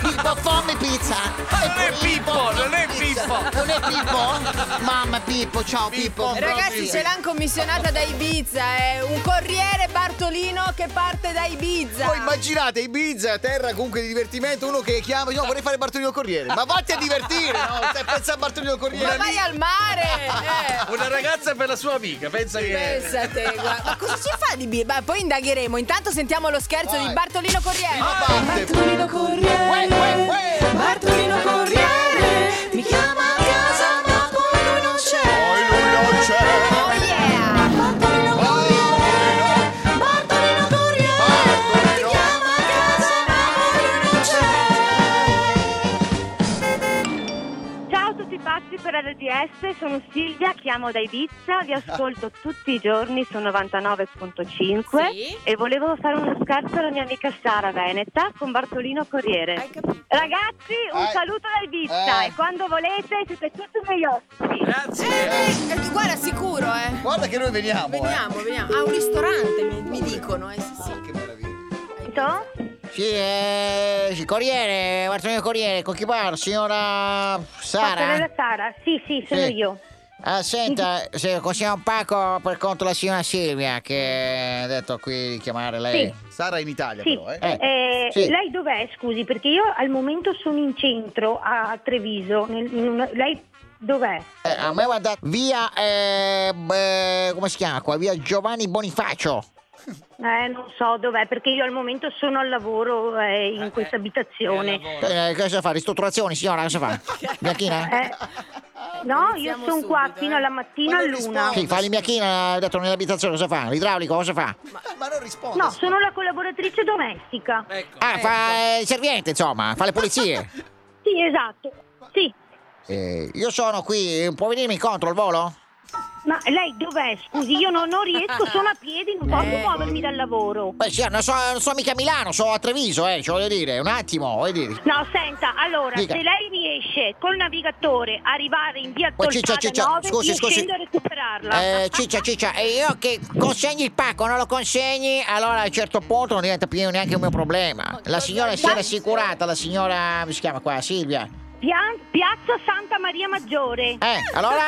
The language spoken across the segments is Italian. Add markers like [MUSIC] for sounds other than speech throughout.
No, fammi pizza! Ma non è Pippo, non è Pippo. Non è Pippo? Mamma Pippo, ciao Pippo! Pippo. Ragazzi, ce l'hanno commissionata da Ibiza, è un corriere Bartolino che parte da Ibiza. Poi immaginate Ibiza, terra comunque di divertimento, uno che chiama, no, vorrei fare Bartolino Corriere. Ma vatti a divertire, no? Stai a pensare a Bartolino Ma Corriere. vai al mare! eh. Una ragazza per la sua amica, pensa che. Pensa te, guarda. Ma cosa ci fa di Ibiza? Beh, poi indagheremo. Intanto sentiamo lo scherzo Vai. di Bartolino Corriere. Parte. Bartolino Corriere, Bartolino Corriere, mi chiama a casa ma poi lui non c'è. Oh yeah! Bartolino Corriere, Bartolino Corriere, mi chiama a casa ma poi lui non c'è. Ciao a tutti pazzi per RDS, sono Silvia, chiamo da Ibiza, Ah. vi ascolto tutti i giorni su 99.5 Sì. e volevo fare uno scherzo alla mia amica Sara Veneta con Bartolino Corriere. Hai capito? Ragazzi, un Eh. saluto da Ibiza Eh. e quando volete siete tutti i miei ospiti. Grazie. Eh, eh, guarda, sicuro, eh. Guarda che noi veniamo. Veniamo, veniamo. Ah, un ristorante, mi, mi dicono, eh, sì, Eh. sì. Che meraviglia. Pronto? Sì, eh, sì, Corriere, Bartolino Corriere, con chi parlo? Signora Passerella Sara? Sara, sì sì, sono Sì. io. Ah, senta, se consigliamo un pacco per conto della signora Silvia, che ha detto qui di chiamare lei. Sì. Sara è in Italia Sì. però, eh. Eh, Eh, sì. Lei dov'è, scusi? Perché io al momento sono in centro a Treviso. nel- in una- lei dov'è? Eh, a me va dato via, eh, beh, come si chiama qua? Via Giovanni Bonifacio. Eh, non so dov'è, perché io al momento sono al lavoro eh, in questa abitazione. Eh, cosa fa? Ristrutturazioni, signora, cosa fa? Bianchina? Eh, no, io Iniziamo sono qua subito, fino eh. alla mattina Ma non all'una. rispondi. Sì, fa l'imbianchina, ha detto nell'abitazione, cosa fa? L'idraulico, cosa fa? Ma, Eh, ma non risponde. No, sono la collaboratrice domestica. Ecco. Ah, fa eh, il serviente, insomma, fa le pulizie. Sì, esatto. Sì, Eh, io sono qui, può venirmi incontro al volo? ma lei dov'è? Scusi, io non, [LAUGHS] non riesco, sono a piedi, non Eh. posso muovermi dal lavoro. Beh, signora, non so, non so mica a Milano, sono a Treviso, eh, cioè, voglio dire, un attimo, voglio dire. No, senta, allora, Dica. se lei riesce col navigatore a arrivare in via Oh, ciccia, Tolfada ciccia, 9, scusi, io scusi. scendo a recuperarla. Eh, ciccia, ciccia, e io che consegni il pacco, non lo consegni, allora a un certo punto non diventa più neanche un mio Oh, problema. La signora si era assicurata, la signora, come si chiama qua, Silvia. Pian- Piazza Santa Maria Maggiore. Eh, [LAUGHS] allora?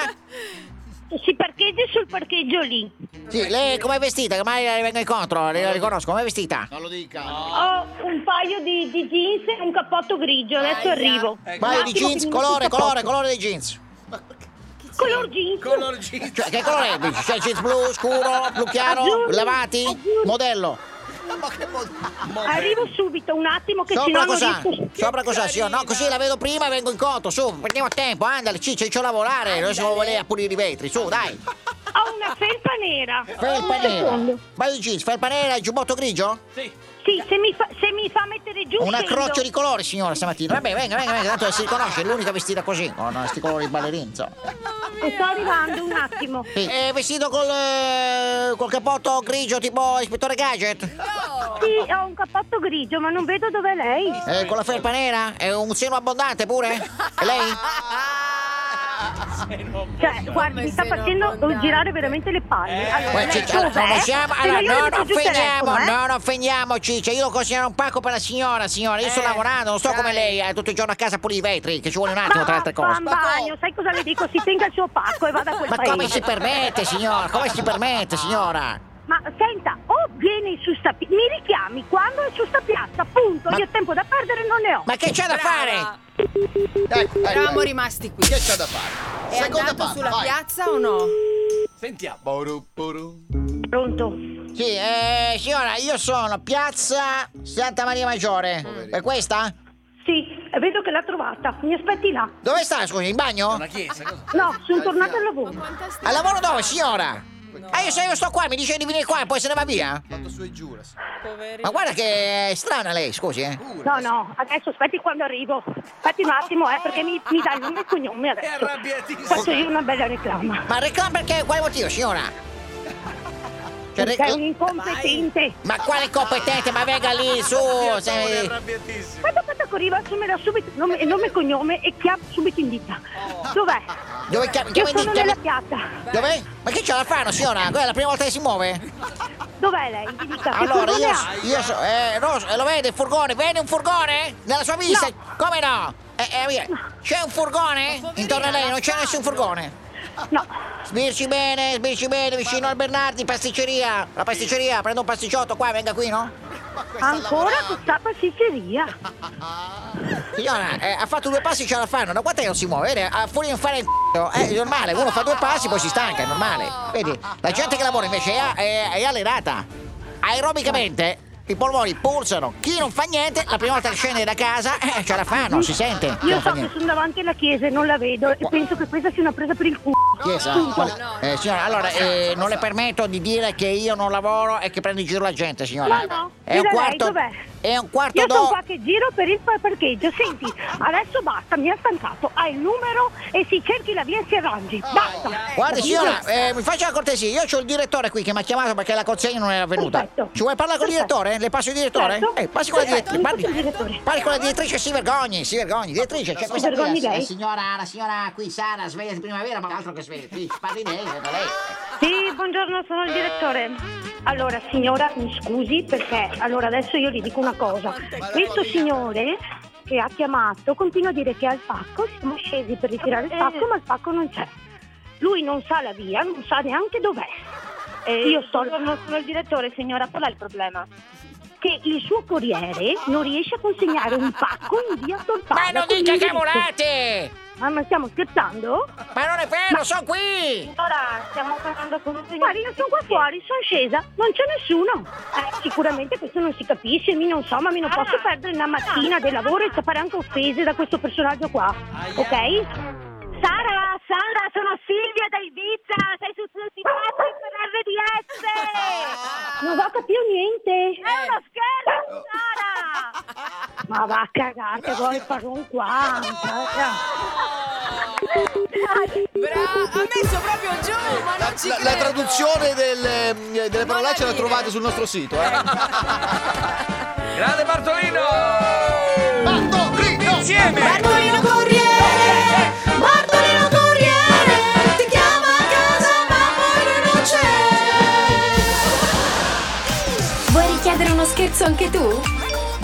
Si parcheggi sul parcheggio lì. Sì, lei com'è vestita? Che mai le vengo incontro, le, la riconosco, com'è vestita? Non lo dica. Cioè, Ho un paio di, di jeans e un cappotto grigio, adesso Aia. arrivo. Ecco. Vai Un di attimo jeans, che mi colore, metto il colore, colore dei jeans. cappotto. Color jeans. Color jeans. Cioè, che colore è? Cioè, jeans blu, scuro, blu chiaro, Azzurro, lavati, azzurro. modello. Ma che mod- Arrivo subito, un attimo che Sopra sennò non cos'ha? riesco. Sopra cos'ha, signor? No, così la vedo prima e vengo in conto, su, prendiamo tempo, andale, ciccia, io c'ho a lavorare, non sono volere a pulire i vetri, su, dai. Ho una felpa nera. Felpa Un nera. secondo. Vai di jeans, felpa nera e giubbotto grigio? Sì, se mi, fa, se mi fa mettere giù Una scendo. croccia di colore, signora, stamattina. Vabbè, venga, venga, venga, tanto si riconosce, è l'unica vestita così, con questi colori di ballerini, insomma. Sto arrivando, un attimo. Sì, è vestito col, eh, col cappotto grigio tipo ispettore gadget? Sì, ho un cappotto grigio, ma non vedo dov'è lei. Eh, con la felpa nera? E un seno abbondante pure? E lei? Cioè, guardi, mi sta se non Eh. facendo abbondante. girare veramente le palle. Allora, Poi lei eh? Ciccia, allora, dov'è? non siamo- Se allora, no io le non metto giù il offendiamo, telefono, eh. non offendiamo Ciccia, io lo considero un pacco per la signora, signora, io sto Eh, lavorando, non sto dai. come lei, eh, tutto il giorno a casa pulire i vetri, che ci vuole un attimo tra le altre Va, cose. va in bagno, sai cosa le dico? Si tenga il suo pacco e vada a quel Ma paese. come si permette, signora? Come si permette, signora? Ma senta, o vieni su sta pi- mi richiami quando è su sta piazza, appunto, Ma- io tempo da perdere non ne ho. Ma che c'è da fare? Ecco, ecco, Eravamo ecco. rimasti qui. Che c'è da fare? È Seconda andato parte, sulla vai. piazza o no? Sentiamo. Boru, boru. Pronto? Sì, eh, signora, io sono piazza Santa Maria Maggiore. Poverino. È questa? Sì, vedo che l'ha trovata. Mi aspetti là. Dove sta, scusi, in bagno? Una chiesa, cosa? No, sono tornata al lavoro. Quanta sta- Al lavoro dove, signora? Ah, io, se io sto qua, mi dice di venire qua e poi se ne va via? Fatto su e giura. sì. Ma guarda che è strana lei, scusi, eh. No, no, adesso aspetti quando arrivo. Aspetti un attimo, eh, perché mi, mi dai il nome e il cognome È adesso. arrabbiatissimo. Faccio io una bella reclama. Ma reclama perché? Quale motivo, signora? Cioè, rec- Sei un incompetente. Ma quale competente? Ma venga [LAUGHS] lì, su! È sei- arrabbiatissimo. Quando quando arriva, assumela subito nome, nome e cognome e chiama subito in dita. Dov'è? Dove chiami? Io Chiami, sono chiami- nella piazza. [LAUGHS] Dove? Ma che ce la fanno, signora? Quella è la prima volta che si muove? Dov'è lei? Mi dica, che Allora, furgone io, ha? io so, eh, no, eh, lo vede il furgone? Vede un furgone? Nella sua vista? Come no? Eh, eh, via. c'è un furgone? Intorno a lei non c'è nessun furgone? No, Sbirci bene, sbirci bene, vicino al Bernardi, pasticceria. La pasticceria, prendo un pasticciotto qua, venga qui, no? ancora questa pasticceria. Signora, eh, ha fatto due passi, ce la fanno. Da quanto è che non si muove? Vede? A furia di fare il c***o. eh, È normale, uno fa due passi, poi si stanca, è normale. Vedi, la gente che lavora invece è, è- è allenata. Aerobicamente i polmoni pulsano. Chi non fa niente, la prima volta che scende da casa, eh, ce la fanno, si sente. che Io non fa so che niente. sono davanti alla chiesa e non la vedo e penso che questa sia una presa per il culo. Chiesa, qual- eh, signora, allora eh, non le permetto di dire che io non lavoro e che prendo in giro la gente, signora. No, no, è un gliela quarto, lei, dov'è? È un quarto Io sono d'ora. qua che giro per il par- parcheggio. Senti, adesso basta, mi ha stancato. Hai il numero e si cerchi la via e si arrangi. Basta. Guardi signora, eh, mi faccia la cortesia, io ho il direttore qui che mi ha chiamato perché la consegna non era venuta. Perfetto. Ci vuoi parlare con il Perfetto. direttore? Le passo il direttore? Certo. Eh, passi con la Perfetto, direttrice. mi Parli, passo il direttore. parli con la direttrice, si vergogni, si vergogni. Direttrice, c'è questa qui, vergogni la, lei? la signora, la signora qui Sara, sveglia di primavera, ma altro che sveglia, qui parli lei, senta lei. Sì, buongiorno, sono il direttore. Allora, signora, mi scusi perché allora adesso io le dico una cosa. Questo signore che ha chiamato continua a dire che al pacco siamo scesi per ritirare il pacco, ma il pacco non c'è. Lui non sa la via, non sa neanche dov'è. io sto non sono il direttore, signora, qual è il problema? Che il suo corriere non riesce a consegnare un pacco in via Torpada. Ma non con dica l'indirizzo. cavolate! Ah, ma stiamo scherzando? Ma non è vero, sono qui! Ora stiamo parlando con un Guarda, io sono qua fuori, sono scesa, non c'è nessuno. Eh, sicuramente questo non si capisce, mi non so, ma mi non posso perdere una mattina del lavoro e fare anche offese da questo personaggio qua. Ok? Sara, Sara, sono Silvia da Ibiza, sei su tutti i pazzi per [LAUGHS] RDS! Non ho capito niente! È uno scherzo, Sara! Ma va a cagare, vuoi fare un eh. qua? Bra- ha messo proprio giù, ma La, non ci la- la credo. traduzione delle, mm, delle parolacce la la dire. trovate sul nostro sito, eh. Grande Bartolino! Insieme! Bartolino Corriere, Bartolino Corriere, ti chiama a casa ma poi lui non c'è. Vuoi richiedere uno scherzo anche tu?